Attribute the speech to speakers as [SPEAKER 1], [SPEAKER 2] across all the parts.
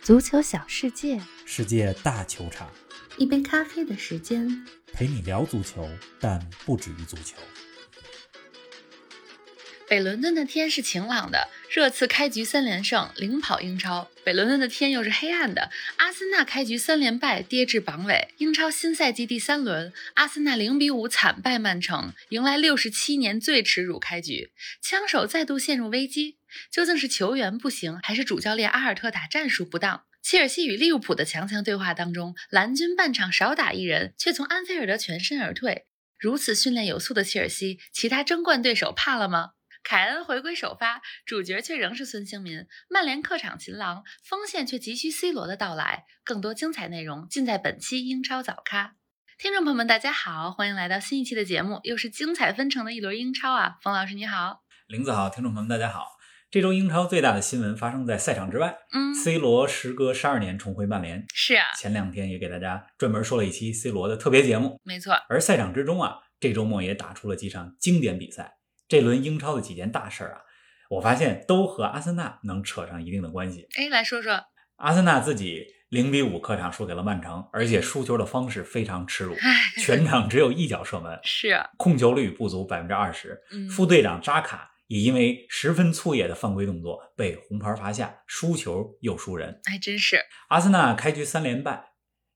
[SPEAKER 1] 足球小世界，
[SPEAKER 2] 世界大球场，
[SPEAKER 1] 一杯咖啡的时间。
[SPEAKER 2] 陪你聊足球，但不止于足球。
[SPEAKER 3] 北伦敦的天是晴朗的，热刺开局三连胜，领跑英超；北伦敦的天又是黑暗的，阿森纳开局三连败，跌至榜尾。英超新赛季第三轮，阿森纳零比五惨败曼城，迎来六十七年最耻辱开局，枪手再度陷入危机。究竟是球员不行，还是主教练阿尔特塔战术不当？切尔西与利物浦的强强对话当中，蓝军半场少打一人，却从安菲尔德全身而退。如此训练有素的切尔西，其他争冠对手怕了吗？凯恩回归首发，主角却仍是孙兴民。曼联客场擒狼，锋线却急需 C 罗的到来。更多精彩内容尽在本期英超早咖。听众朋友们，大家好，欢迎来到新一期的节目，又是精彩纷呈的一轮英超啊！冯老师你好，
[SPEAKER 2] 林子好，听众朋友们，大家好。这周英超最大的新闻发生在赛场之外、
[SPEAKER 3] 嗯，
[SPEAKER 2] c 罗时隔十二年重回曼联。
[SPEAKER 3] 是啊，
[SPEAKER 2] 前两天也给大家专门说了一期 C 罗的特别节目。
[SPEAKER 3] 没错，
[SPEAKER 2] 而赛场之中啊，这周末也打出了几场经典比赛。这轮英超的几件大事儿啊，我发现都和阿森纳能扯上一定的关系。
[SPEAKER 3] 哎，来说说，
[SPEAKER 2] 阿森纳自己零比五客场输给了曼城，而且输球的方式非常耻辱，
[SPEAKER 3] 哎，
[SPEAKER 2] 全场只有一脚射门，
[SPEAKER 3] 是啊，
[SPEAKER 2] 控球率不足百分之二十。
[SPEAKER 3] 嗯，
[SPEAKER 2] 副队长扎卡也因为十分粗野的犯规动作被红牌罚下，输球又输人。
[SPEAKER 3] 还真是，
[SPEAKER 2] 阿森纳开局三连败，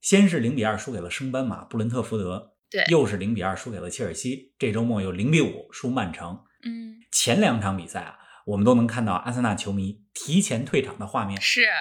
[SPEAKER 2] 先是零比二输给了升班马布伦特福德，
[SPEAKER 3] 对
[SPEAKER 2] 又是零比二输给了切尔西，这周末又零比五输曼城。
[SPEAKER 3] 嗯，
[SPEAKER 2] 前两场比赛啊，我们都能看到阿森纳球迷提前退场的画 面。
[SPEAKER 3] 是啊，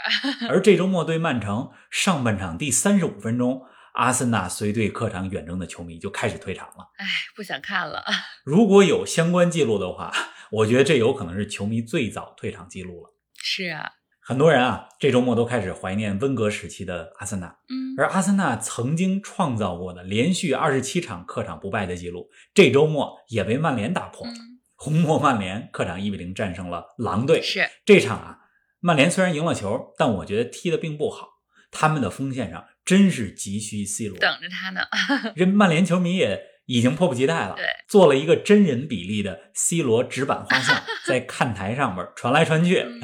[SPEAKER 2] 而这周末对曼城，上半场第三十五分钟，阿森纳随队客场远征的球迷就开始退场了。
[SPEAKER 3] 哎，不想看了，
[SPEAKER 2] 如果有相关记录的话， 我觉得这有可能是球迷最早退场记录了。
[SPEAKER 3] 是啊，
[SPEAKER 2] 很多人啊，这周末都开始怀念温格时期的阿森纳，
[SPEAKER 3] 嗯，
[SPEAKER 2] 而阿森纳曾经创造过的连续二十七场客场不败的记录，这周末也被曼联打破了。
[SPEAKER 3] 嗯
[SPEAKER 2] 红魔曼联客场一比零战胜了狼队，
[SPEAKER 3] 是，
[SPEAKER 2] 这场啊，曼联虽然赢了球，但我觉得踢得并不好。他们的锋线上真是急需 C 罗，
[SPEAKER 3] 等着他呢，嗯
[SPEAKER 2] 人曼联球迷也已经迫不及待了
[SPEAKER 3] 对，
[SPEAKER 2] 做了一个真人比例的 C 罗直板画 像，在看台上面传来传去。
[SPEAKER 3] 嗯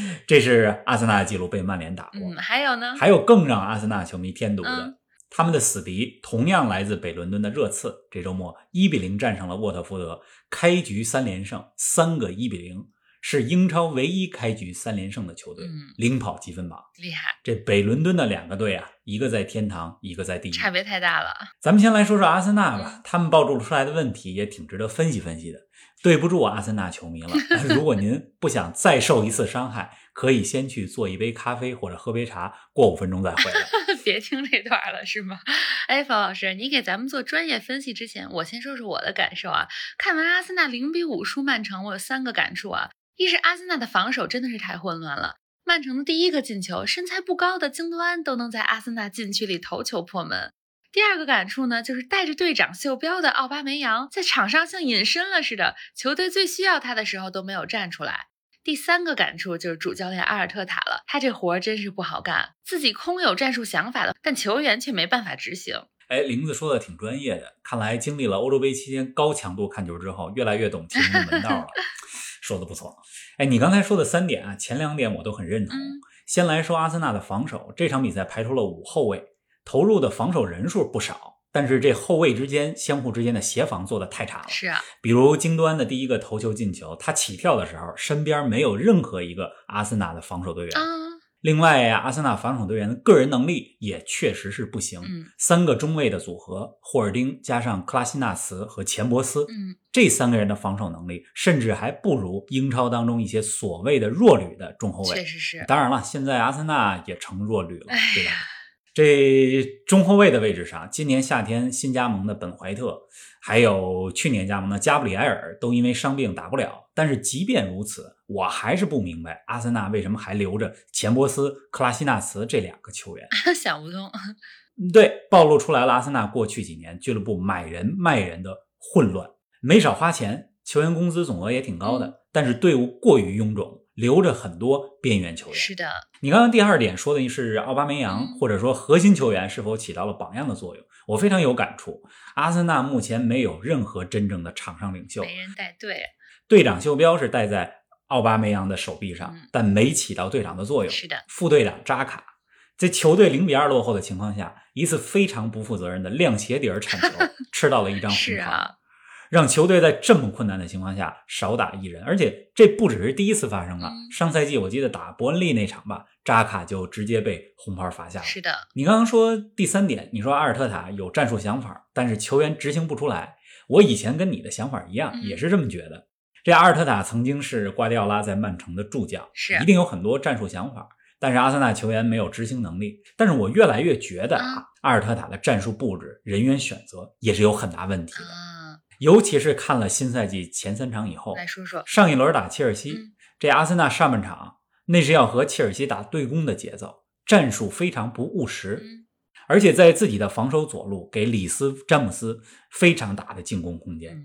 [SPEAKER 2] 这是阿森纳的记录被曼联打破。
[SPEAKER 3] 嗯，还有呢，
[SPEAKER 2] 还有更让阿森纳球迷添堵的，
[SPEAKER 3] 嗯
[SPEAKER 2] 他们的死敌同样来自北伦敦的热刺，这周末一比零战胜了沃特福德，开局三连胜，三个一比零，是英超唯一开局三连胜的球队，
[SPEAKER 3] 嗯
[SPEAKER 2] 领跑积分榜。
[SPEAKER 3] 厉害，
[SPEAKER 2] 这北伦敦的两个队啊，一个在天堂，一个在地狱。
[SPEAKER 3] 差别太大了，
[SPEAKER 2] 咱们先来说说阿森纳吧，他们暴露出来的问题也挺值得分析分析的。对不住阿森纳球迷了，如果您不想再受一次伤害，可以先去做一杯咖啡或者喝杯茶，过五分钟再回来。
[SPEAKER 3] 别听这段了，是吗？哎，冯老师，你给咱们做专业分析之前，我先说说我的感受啊。看完阿森纳零比五输曼城，我有三个感触啊。一是阿森纳的防守真的是太混乱了，曼城的第一个进球，身材不高的京多安都能在阿森纳禁区里头球破门。第二个感触呢，就是带着队长袖标的奥巴梅扬在场上像隐身了似的，球队最需要他的时候都没有站出来。第三个感触就是主教练阿尔特塔了，他这活儿真是不好干，自己空有战术想法了，但球员却没办法执行。
[SPEAKER 2] 哎，玲子说的挺专业的，看来经历了欧洲杯期间高强度看球之后，越来越懂球迷的门道了，说的不错。哎，你刚才说的三点啊，前两点我都很认同。
[SPEAKER 3] 嗯
[SPEAKER 2] 先来说阿森纳的防守，这场比赛排出了五后卫，投入的防守人数不少，但是这后卫之间相互之间的协防做的太差了。
[SPEAKER 3] 是啊，
[SPEAKER 2] 比如京多安的第一个头球进球，他起跳的时候，身边没有任何一个阿森纳的防守队员。
[SPEAKER 3] 嗯
[SPEAKER 2] 另外呀、阿森纳防守队员的个人能力也确实是不行。
[SPEAKER 3] 嗯
[SPEAKER 2] 三个中卫的组合，霍尔丁加上克拉西纳茨和钱伯斯，
[SPEAKER 3] 嗯，
[SPEAKER 2] 这三个人的防守能力甚至还不如英超当中一些所谓的弱旅的中后
[SPEAKER 3] 确
[SPEAKER 2] 卫。
[SPEAKER 3] 实是，
[SPEAKER 2] 当然了，现在阿森纳也成弱旅了
[SPEAKER 3] 哎呀，
[SPEAKER 2] 对吧？这中后卫的位置上，今年夏天新加盟的本怀特，还有去年加盟的加布里埃尔，都因为伤病打不了。但是即便如此，我还是不明白阿森纳为什么还留着钱伯斯、克拉西纳茨这两个球
[SPEAKER 3] 哎
[SPEAKER 2] 员。嗯
[SPEAKER 3] 想不通。
[SPEAKER 2] 对，暴露出来了阿森纳过去几年俱乐部买人卖人的混乱，没少花钱，球员工资总额也挺高
[SPEAKER 3] 嗯
[SPEAKER 2] 的，但是队伍过于臃肿，留着很多边缘球员。
[SPEAKER 3] 是的，
[SPEAKER 2] 你刚刚第二点说的是奥巴梅扬
[SPEAKER 3] 嗯
[SPEAKER 2] 或者说核心球员是否起到了榜样的作用，我非常有感触。阿森纳目前没有任何真正的场上领袖，
[SPEAKER 3] 没人带队。
[SPEAKER 2] 队长袖标是戴在奥巴梅扬的手臂上
[SPEAKER 3] 嗯，
[SPEAKER 2] 但没起到队长的作用。
[SPEAKER 3] 是的，
[SPEAKER 2] 副队长扎卡在球队零比二落后的情况下，一次非常不负责任的亮鞋底儿铲 球，吃到了一张红
[SPEAKER 3] 是
[SPEAKER 2] 牌。
[SPEAKER 3] 啊，
[SPEAKER 2] 让球队在这么困难的情况下少打一人，而且这不只是第一次发生了。
[SPEAKER 3] 嗯
[SPEAKER 2] 上赛季我记得打伯恩利那场吧，扎卡就直接被红牌罚下了。
[SPEAKER 3] 是的，
[SPEAKER 2] 你刚刚说第三点，你说阿尔特塔有战术想法，但是球员执行不出来。我以前跟你的想法一样，
[SPEAKER 3] 嗯
[SPEAKER 2] 也是这么觉得。这阿尔特塔曾经是瓜迪奥拉在曼城的助教，
[SPEAKER 3] 是啊
[SPEAKER 2] 一定有很多战术想法，但是阿森纳球员没有执行能力。但是我越来越觉得
[SPEAKER 3] 啊
[SPEAKER 2] 啊，阿尔特塔的战术布置、人员选择也是有很大问题的。
[SPEAKER 3] 啊，嗯
[SPEAKER 2] 尤其是看了新赛季前三场以后，
[SPEAKER 3] 来说说，
[SPEAKER 2] 上一轮打切尔西，
[SPEAKER 3] 嗯
[SPEAKER 2] 这阿森纳上半场那是要和切尔西打对攻的节奏，战术非常不务实，
[SPEAKER 3] 嗯，
[SPEAKER 2] 而且在自己的防守左路给里斯詹姆斯非常大的进攻空间。
[SPEAKER 3] 嗯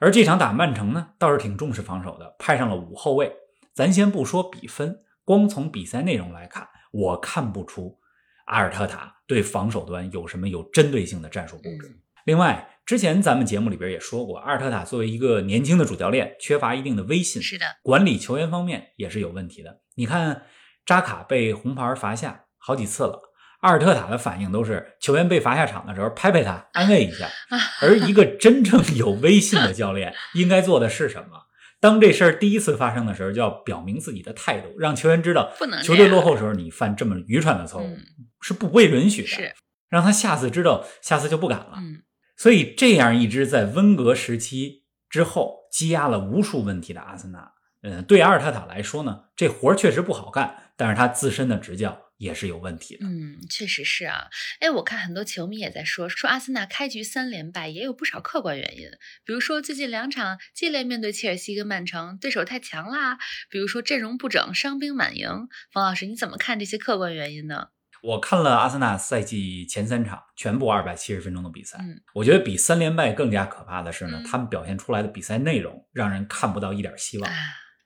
[SPEAKER 2] 而这场打曼城呢，倒是挺重视防守的，派上了五后卫。咱先不说比分，光从比赛内容来看，我看不出阿尔特塔对防守端有什么有针对性的战术布置。
[SPEAKER 3] 嗯
[SPEAKER 2] 另外，之前咱们节目里边也说过，阿尔特塔作为一个年轻的主教练，缺乏一定的威信，
[SPEAKER 3] 嗯是的，
[SPEAKER 2] 管理球员方面也是有问题的。你看，扎卡被红牌罚下好几次了，阿尔特塔的反应都是球员被罚下场的时候拍拍他，安慰一下。
[SPEAKER 3] 啊
[SPEAKER 2] 而一个真正有威信的教 练应该做的是什么？当这事儿第一次发生的时候，就要表明自己的态度，让球员知道
[SPEAKER 3] 不能这样
[SPEAKER 2] 球队落后的时候你犯这么愚蠢的错误、
[SPEAKER 3] 嗯，
[SPEAKER 2] 哦是不被允许的啊
[SPEAKER 3] 是，，
[SPEAKER 2] 让他下次知道，下次就不敢了。
[SPEAKER 3] 嗯，
[SPEAKER 2] 所以，这样一支在温格时期之后积压了无数问题的阿森纳，呃，对阿尔特塔来说呢，这活儿确实不好干，但是他自身的执教也是有问题的。
[SPEAKER 3] 嗯，确实是啊。哎，我看很多球迷也在说，说阿森纳开局三连败也有不少客观原因，比如说最近两场接连面对切尔西跟曼城，对手太强啦，比如说阵容不整，伤兵满营。冯老师，你怎么看这些客观原因呢？
[SPEAKER 2] 我看了阿森纳赛季前三场全部二百七十分钟的比赛，
[SPEAKER 3] 嗯
[SPEAKER 2] 我觉得比三连败更加可怕的是呢
[SPEAKER 3] 嗯，
[SPEAKER 2] 他们表现出来的比赛内容让人看不到一点希望。
[SPEAKER 3] 啊，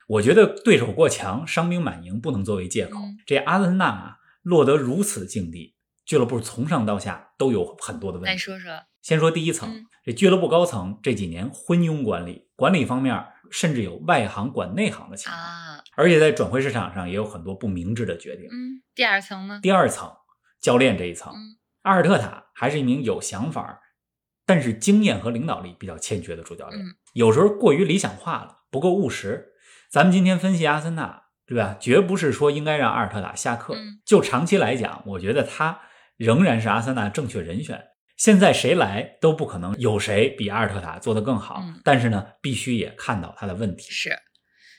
[SPEAKER 2] 我觉得对手过强，伤兵满营不能作为借口。
[SPEAKER 3] 嗯
[SPEAKER 2] 这阿森纳啊，落得如此境地，俱乐部从上到下都有很多的问
[SPEAKER 3] 来
[SPEAKER 2] 题。
[SPEAKER 3] 说说，
[SPEAKER 2] 先说第一层，
[SPEAKER 3] 嗯
[SPEAKER 2] 这俱乐部高层这几年昏庸管理，管理方面甚至有外行管内行的情况，
[SPEAKER 3] 啊，
[SPEAKER 2] 而且在转会市场上也有很多不明智的决定。
[SPEAKER 3] 嗯，第二层呢？
[SPEAKER 2] 第二层，教练这一层，
[SPEAKER 3] 嗯
[SPEAKER 2] 阿尔特塔还是一名有想法，但是经验和领导力比较欠缺的主教练，
[SPEAKER 3] 嗯
[SPEAKER 2] 有时候过于理想化了，不够务实。咱们今天分析阿森纳，对吧？绝不是说应该让阿尔特塔下课。
[SPEAKER 3] 嗯
[SPEAKER 2] 就长期来讲，我觉得他仍然是阿森纳正确人选。现在谁来都不可能有谁比阿尔特塔做得更好，
[SPEAKER 3] 嗯
[SPEAKER 2] 但是呢，必须也看到他的问题。
[SPEAKER 3] 是。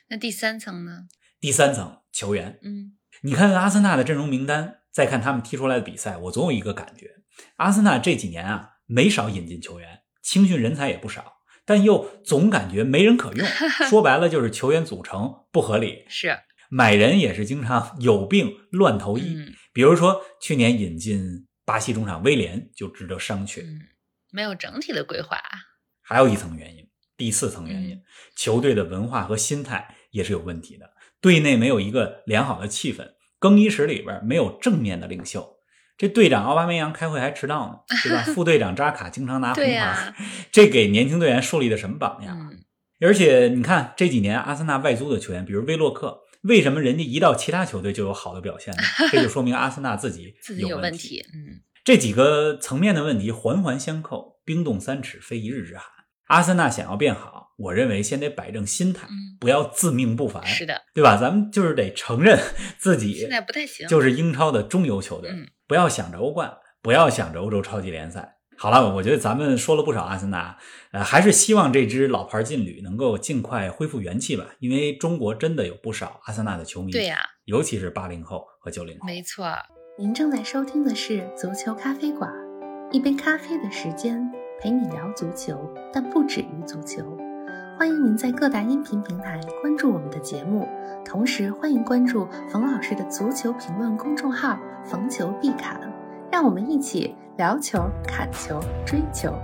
[SPEAKER 3] 那第三层呢？
[SPEAKER 2] 第三层球员，
[SPEAKER 3] 嗯
[SPEAKER 2] 你看阿森纳的阵容名单，再看他们踢出来的比赛，我总有一个感觉：阿森纳这几年啊，没少引进球员，青训人才也不少，但又总感觉没人可 用。说白了就是球员组成不合理，
[SPEAKER 3] 是，
[SPEAKER 2] 买人也是经常有病乱投医。
[SPEAKER 3] 嗯
[SPEAKER 2] 比如说去年引进巴西中场威廉就值得商榷。
[SPEAKER 3] 嗯，没有整体的规划啊，
[SPEAKER 2] 哎还有一层原因，第四层原因
[SPEAKER 3] 嗯，
[SPEAKER 2] 球队的文化和心态也是有问题的。队内没有一个良好的气氛，更衣室里边没有正面的领袖。这队长奥巴梅扬开会还迟到呢，对 吧？副队长扎卡经常拿红
[SPEAKER 3] 对
[SPEAKER 2] 牌，
[SPEAKER 3] 呀
[SPEAKER 2] 这给年轻队员树立的什么榜样？
[SPEAKER 3] 嗯
[SPEAKER 2] 而且你看这几年阿森纳外租的球员，比如威洛克，为什么人家一到其他球队就有好的表 现呢？这就说明阿森纳自己
[SPEAKER 3] 自己有
[SPEAKER 2] 问
[SPEAKER 3] 问题，嗯
[SPEAKER 2] 这几个层面的问题环环相扣，冰冻三尺非一日之寒。阿森纳想要变好，我认为先得摆正心态，
[SPEAKER 3] 嗯，
[SPEAKER 2] 不要自命不凡，
[SPEAKER 3] 是的，
[SPEAKER 2] 对吧？咱们就是得承认自己
[SPEAKER 3] 现在不太行，
[SPEAKER 2] 就是是英超的中游球队，
[SPEAKER 3] 嗯
[SPEAKER 2] 不要想着欧冠，不要想着欧洲超级联赛。好了，我觉得咱们说了不少阿森纳，呃，还是希望这支老牌劲旅能够尽快恢复元气吧，因为中国真的有不少阿森纳的球迷，
[SPEAKER 3] 对呀、
[SPEAKER 2] 尤其是八零后和九零后。
[SPEAKER 3] 没错儿。
[SPEAKER 1] 您正在收听的是《足球咖啡馆》，一杯咖啡的时间陪你聊足球，但不止于足球。欢迎您在各大音频平台关注我们的节目，同时欢迎关注冯老师的足球评论公众号“冯球必侃”，让我们一起聊球、侃球、追球。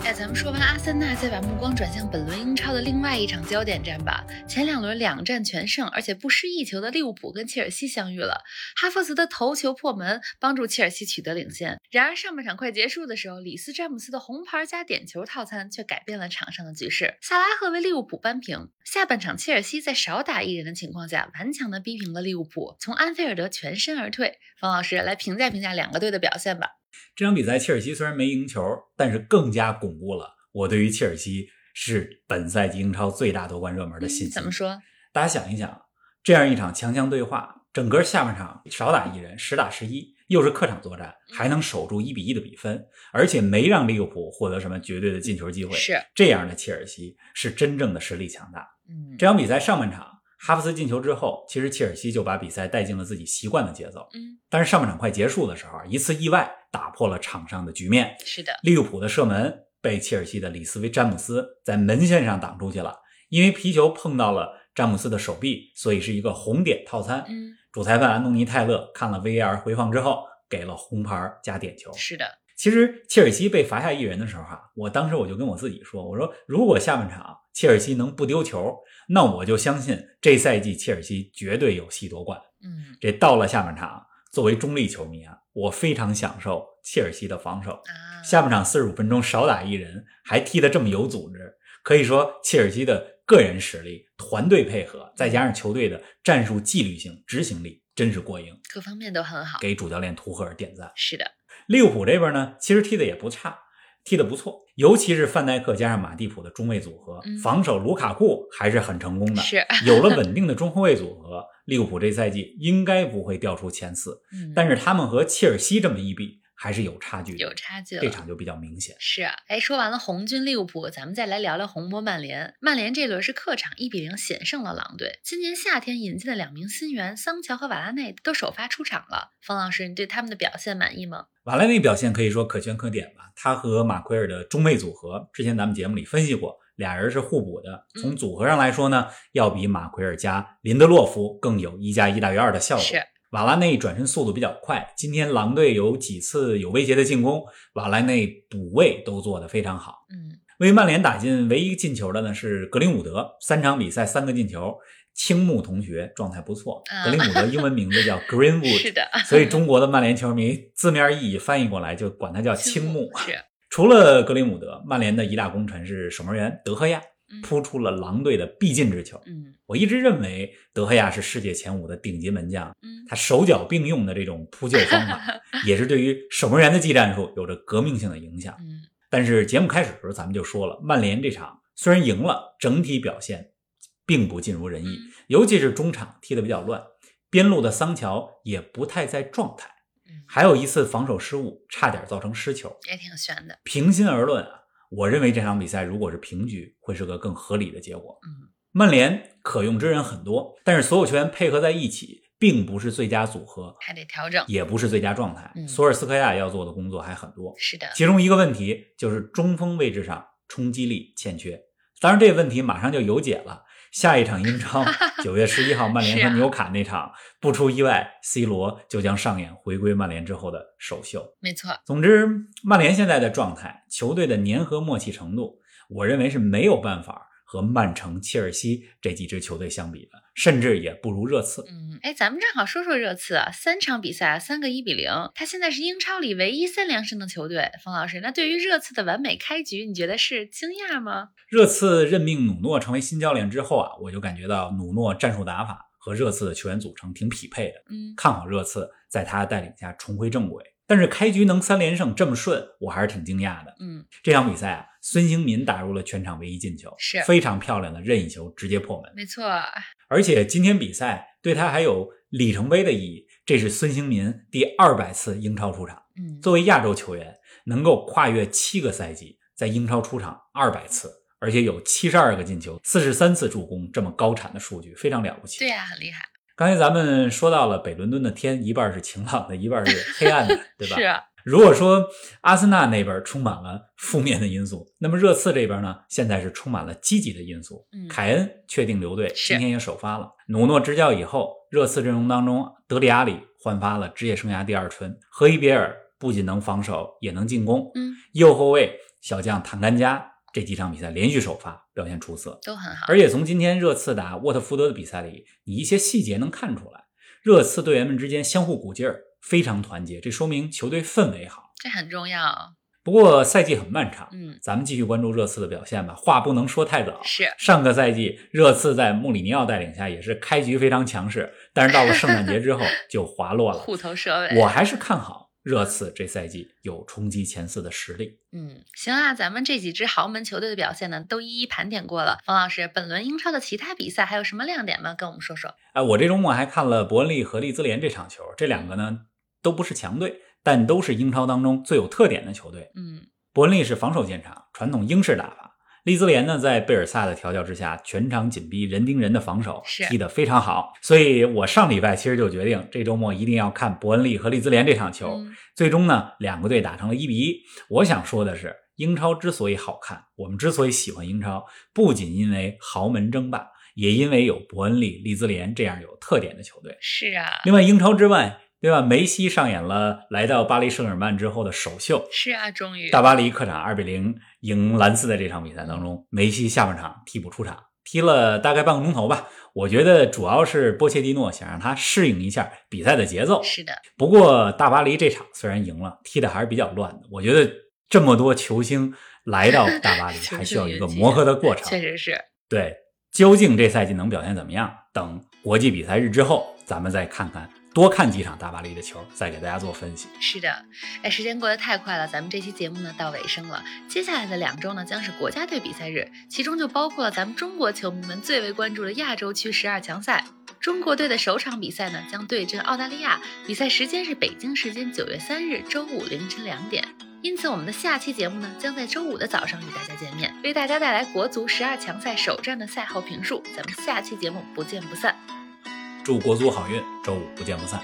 [SPEAKER 3] 在哎咱们说完阿森纳，再把目光转向本轮英超的另外一场焦点战吧。前两轮两战全胜，而且不失一球的利物浦跟切尔西相遇了。哈弗茨的头球破门帮助切尔西取得领先。然而上半场快结束的时候，里斯詹姆斯的红牌加点球套餐却改变了场上的局势。萨拉赫为利物浦扳平。下半场切尔西在少打一人的情况下，顽强的逼平了利物浦，从安菲尔德全身而退。方老师来评价评价两个队的表现吧。
[SPEAKER 2] 这场比赛，切尔西虽然没赢球，但是更加巩固了我对于切尔西是本赛季英超最大夺冠热门的信心。
[SPEAKER 3] 嗯怎么说？
[SPEAKER 2] 大家想一想，这样一场强强对话，整个下半场少打一人，十打十一，又是客场作战，还能守住一比一的比分，而且没让利物浦获得什么绝对的进球机会。
[SPEAKER 3] 是
[SPEAKER 2] 这样的，切尔西是真正的实力强大。
[SPEAKER 3] 嗯，
[SPEAKER 2] 这场比赛上半场，哈弗茨进球之后，其实切尔西就把比赛带进了自己习惯的节奏。
[SPEAKER 3] 嗯，
[SPEAKER 2] 但是上半场快结束的时候，啊一次意外打破了场上的局面，
[SPEAKER 3] 是的，
[SPEAKER 2] 利物浦的射门被切尔西的里斯维詹姆斯在门线上挡出去了，因为皮球碰到了詹姆斯的手臂，所以是一个红点套餐。
[SPEAKER 3] 嗯，
[SPEAKER 2] 主裁判安东尼泰勒看了 VAR 回放之后，给了红牌加点球。
[SPEAKER 3] 是的，
[SPEAKER 2] 其实切尔西被罚下一人的时候啊，我当时我就跟我自己说，我说如果下半场切尔西能不丢球，那我就相信这赛季切尔西绝对有戏夺冠。
[SPEAKER 3] 嗯
[SPEAKER 2] 这到了下半场，作为中立球迷啊，我非常享受切尔西的防守。
[SPEAKER 3] 啊，
[SPEAKER 2] 下半场四十五分钟少打一人，还踢得这么有组织，可以说切尔西的个人实力、团队配合，再加上球队的战术纪律性、执行力，真是过硬，
[SPEAKER 3] 各方面都很好。
[SPEAKER 2] 给主教练图赫尔点赞。
[SPEAKER 3] 是的，
[SPEAKER 2] 利物浦这边呢，其实踢得也不差，踢得不错，尤其是范戴克加上马蒂普的中卫组合，
[SPEAKER 3] 嗯
[SPEAKER 2] 防守卢卡库还是很成功的。
[SPEAKER 3] 是，
[SPEAKER 2] 有了稳定的中后卫组合，利物浦这赛季应该不会掉出前四，
[SPEAKER 3] 嗯
[SPEAKER 2] 但是他们和切尔西这么一比，还是有差距的。
[SPEAKER 3] 有差距了。
[SPEAKER 2] 这场就比较明显。
[SPEAKER 3] 是啊，哎，说完了红军利物浦，咱们再来聊聊红魔曼联。曼联这轮是客场一比零险胜了狼队。今年夏天引进的两名新援桑乔和瓦拉内都首发出场了。方老师，你对他们的表现满意吗？
[SPEAKER 2] 瓦莱内表现可以说可圈可点吧，他和马奎尔的中卫组合，之前咱们节目里分析过，俩人是互补的。
[SPEAKER 3] 嗯
[SPEAKER 2] 从组合上来说呢，要比马奎尔加林德洛夫更有一加一大于二的效果。
[SPEAKER 3] 是，
[SPEAKER 2] 瓦拉内转身速度比较快，今天狼队有几次有威胁的进攻，瓦拉内补位都做得非常好。
[SPEAKER 3] 嗯，
[SPEAKER 2] 为曼联打进唯一进球的呢是格林伍德，三场比赛三个进球。青木同学状态不错，
[SPEAKER 3] 啊
[SPEAKER 2] 格林伍德英文名字 叫 Greenwood，
[SPEAKER 3] 是的，
[SPEAKER 2] 所以中国的曼联球迷字面意义翻译过来就管他叫青木。
[SPEAKER 3] 是，
[SPEAKER 2] 除了格林伍德，曼联的一大功臣是守门员德赫亚
[SPEAKER 3] 嗯，
[SPEAKER 2] 扑出了狼队的必进之球。
[SPEAKER 3] 嗯
[SPEAKER 2] 我一直认为德赫亚是世界前五的顶级门将，
[SPEAKER 3] 嗯，
[SPEAKER 2] 他手脚并用的这种扑救方法，也是对于守门员的技战术有着革命性的影响。
[SPEAKER 3] 嗯
[SPEAKER 2] 但是节目开始的时候咱们就说了，曼联这场虽然赢了，整体表现并不尽如人意
[SPEAKER 3] 嗯，
[SPEAKER 2] 尤其是中场踢得比较乱，边路的桑乔也不太在状态。
[SPEAKER 3] 嗯，
[SPEAKER 2] 还有一次防守失误，差点造成失球。
[SPEAKER 3] 也挺悬的。
[SPEAKER 2] 平心而论啊，我认为这场比赛如果是平局，会是个更合理的结果。
[SPEAKER 3] 嗯
[SPEAKER 2] 曼联可用之人很多，但是所有球员配合在一起，并不是最佳组合，
[SPEAKER 3] 还得调整。
[SPEAKER 2] 也不是最佳状态
[SPEAKER 3] 嗯。
[SPEAKER 2] 索尔斯克亚要做的工作还很多，
[SPEAKER 3] 是的，
[SPEAKER 2] 其中一个问题就是中锋位置上冲击力欠缺。当然，这个问题马上就有解了。下一场英 超，九月十一号，曼联
[SPEAKER 3] 是啊
[SPEAKER 2] 和纽卡那场，不出意外，C 罗就将上演回归曼联之后的首秀。
[SPEAKER 3] 没错。
[SPEAKER 2] 总之，曼联现在的状态，球队的粘合默契程度，我认为是没有办法和曼城、切尔西这几支球队相比的，甚至也不如热刺。
[SPEAKER 3] 嗯，哎，咱们正好说说热刺啊，三场比赛啊三个一比零，他现在是英超里唯一三连胜的球队。方老师，那对于热刺的完美开局，你觉得是惊讶吗？
[SPEAKER 2] 热刺任命努诺成为新教练之后啊，我就感觉到努诺战术打法和热刺的球员组成挺匹配的。
[SPEAKER 3] 嗯，
[SPEAKER 2] 看好热刺在他的带领下重回正轨。但是开局能三连胜这么顺，我还是挺惊讶的。
[SPEAKER 3] 嗯，
[SPEAKER 2] 这场比赛啊，孙兴民打入了全场唯一进球，
[SPEAKER 3] 是
[SPEAKER 2] 非常漂亮的任意球直接破门。
[SPEAKER 3] 没错，
[SPEAKER 2] 而且今天比赛对他还有里程碑的意义，这是孙兴民第二百次英超出场。
[SPEAKER 3] 嗯，
[SPEAKER 2] 作为亚洲球员，能够跨越七个赛季，在英超出场二百次，而且有七十二个进球、四十三次助攻，这么高产的数据，非常了不起。
[SPEAKER 3] 对呀、很厉害，
[SPEAKER 2] 刚才咱们说到了北伦敦的天，一半是晴朗的，一半是黑暗 的，对吧？
[SPEAKER 3] 是啊，
[SPEAKER 2] 如果说阿森纳那边充满了负面的因素，那么热刺这边呢，现在是充满了积极的因素。
[SPEAKER 3] 嗯
[SPEAKER 2] 凯恩确定留队，
[SPEAKER 3] 是
[SPEAKER 2] 今天也首发了。努诺执教以后，热刺阵容当中，德里阿里焕发了职业生涯第二春，和伊比尔不仅能防守，也能进攻。
[SPEAKER 3] 嗯，
[SPEAKER 2] 右后卫小将坦甘加这几场比赛连续首发，表现出色。
[SPEAKER 3] 都很好。
[SPEAKER 2] 而且从今天热刺打沃特福德的比赛里，你一些细节能看出来，热刺队员们之间相互鼓劲儿，非常团结，这说明球队氛围好。
[SPEAKER 3] 这很重要。
[SPEAKER 2] 不过赛季很漫长，
[SPEAKER 3] 嗯，
[SPEAKER 2] 咱们继续关注热刺的表现吧。话不能说太早。
[SPEAKER 3] 是
[SPEAKER 2] 上个赛季，热刺在穆里尼奥带领下也是开局非常强势，但是到了圣诞节 之后就滑落了。
[SPEAKER 3] 虎头蛇尾。
[SPEAKER 2] 哦我还是看好热刺这赛季有冲击前四的实力。
[SPEAKER 3] 嗯，行啊，咱们这几支豪门球队的表现呢，都一一盘点过了。冯老师，本轮英超的其他比赛还有什么亮点吗？跟我们说说。
[SPEAKER 2] 哎，我这周末还看了伯恩利和利兹联这场球，这两个呢都不是强队，但都是英超当中最有特点的球队。
[SPEAKER 3] 嗯，
[SPEAKER 2] 伯恩利是防守见长，传统英式打法。利兹联呢，在贝尔萨的调教之下，全场紧逼，人盯人的防守
[SPEAKER 3] 是
[SPEAKER 2] 踢得非常好。所以我上礼拜其实就决定，这周末一定要看伯恩利和利兹联这场球。
[SPEAKER 3] 嗯
[SPEAKER 2] 最终呢，两个队打成了一比一。我想说的是，英超之所以好看，我们之所以喜欢英超，不仅因为豪门争霸，也因为有伯恩利、利兹联这样有特点的球队。
[SPEAKER 3] 是啊，
[SPEAKER 2] 另外，英超之外，对吧？梅西上演了来到巴黎圣日耳曼之后的首秀，
[SPEAKER 3] 是啊，终于
[SPEAKER 2] 大巴黎客场二比零赢兰斯的这场比赛当中，梅西下半场替补出场，踢了大概半个钟头吧。我觉得主要是波切蒂诺想让他适应一下比赛的节奏。
[SPEAKER 3] 是的，
[SPEAKER 2] 不过大巴黎这场虽然赢了，踢的还是比较乱的。我觉得这么多球星来到大巴 黎，
[SPEAKER 3] 球星
[SPEAKER 2] 还需要一个
[SPEAKER 3] 云集
[SPEAKER 2] 磨合的过程。
[SPEAKER 3] 确实是。
[SPEAKER 2] 对，究竟这赛季能表现怎么样？等国际比赛日之后，咱们再看看，多看几场大巴黎的球，再给大家做分析。
[SPEAKER 3] 是的，哎，时间过得太快了，咱们这期节目呢到尾声了。接下来的两周呢将是国家队比赛日，其中就包括了咱们中国球迷们最为关注的亚洲区十二强赛。中国队的首场比赛呢将对阵澳大利亚，比赛时间是北京时间九月三日周五凌晨两点。因此，我们的下期节目呢将在周五的早上与大家见面，为大家带来国足十二强赛首战的赛后评述。咱们下期节目不见不散。
[SPEAKER 2] 祝国足好运，周五不见不散。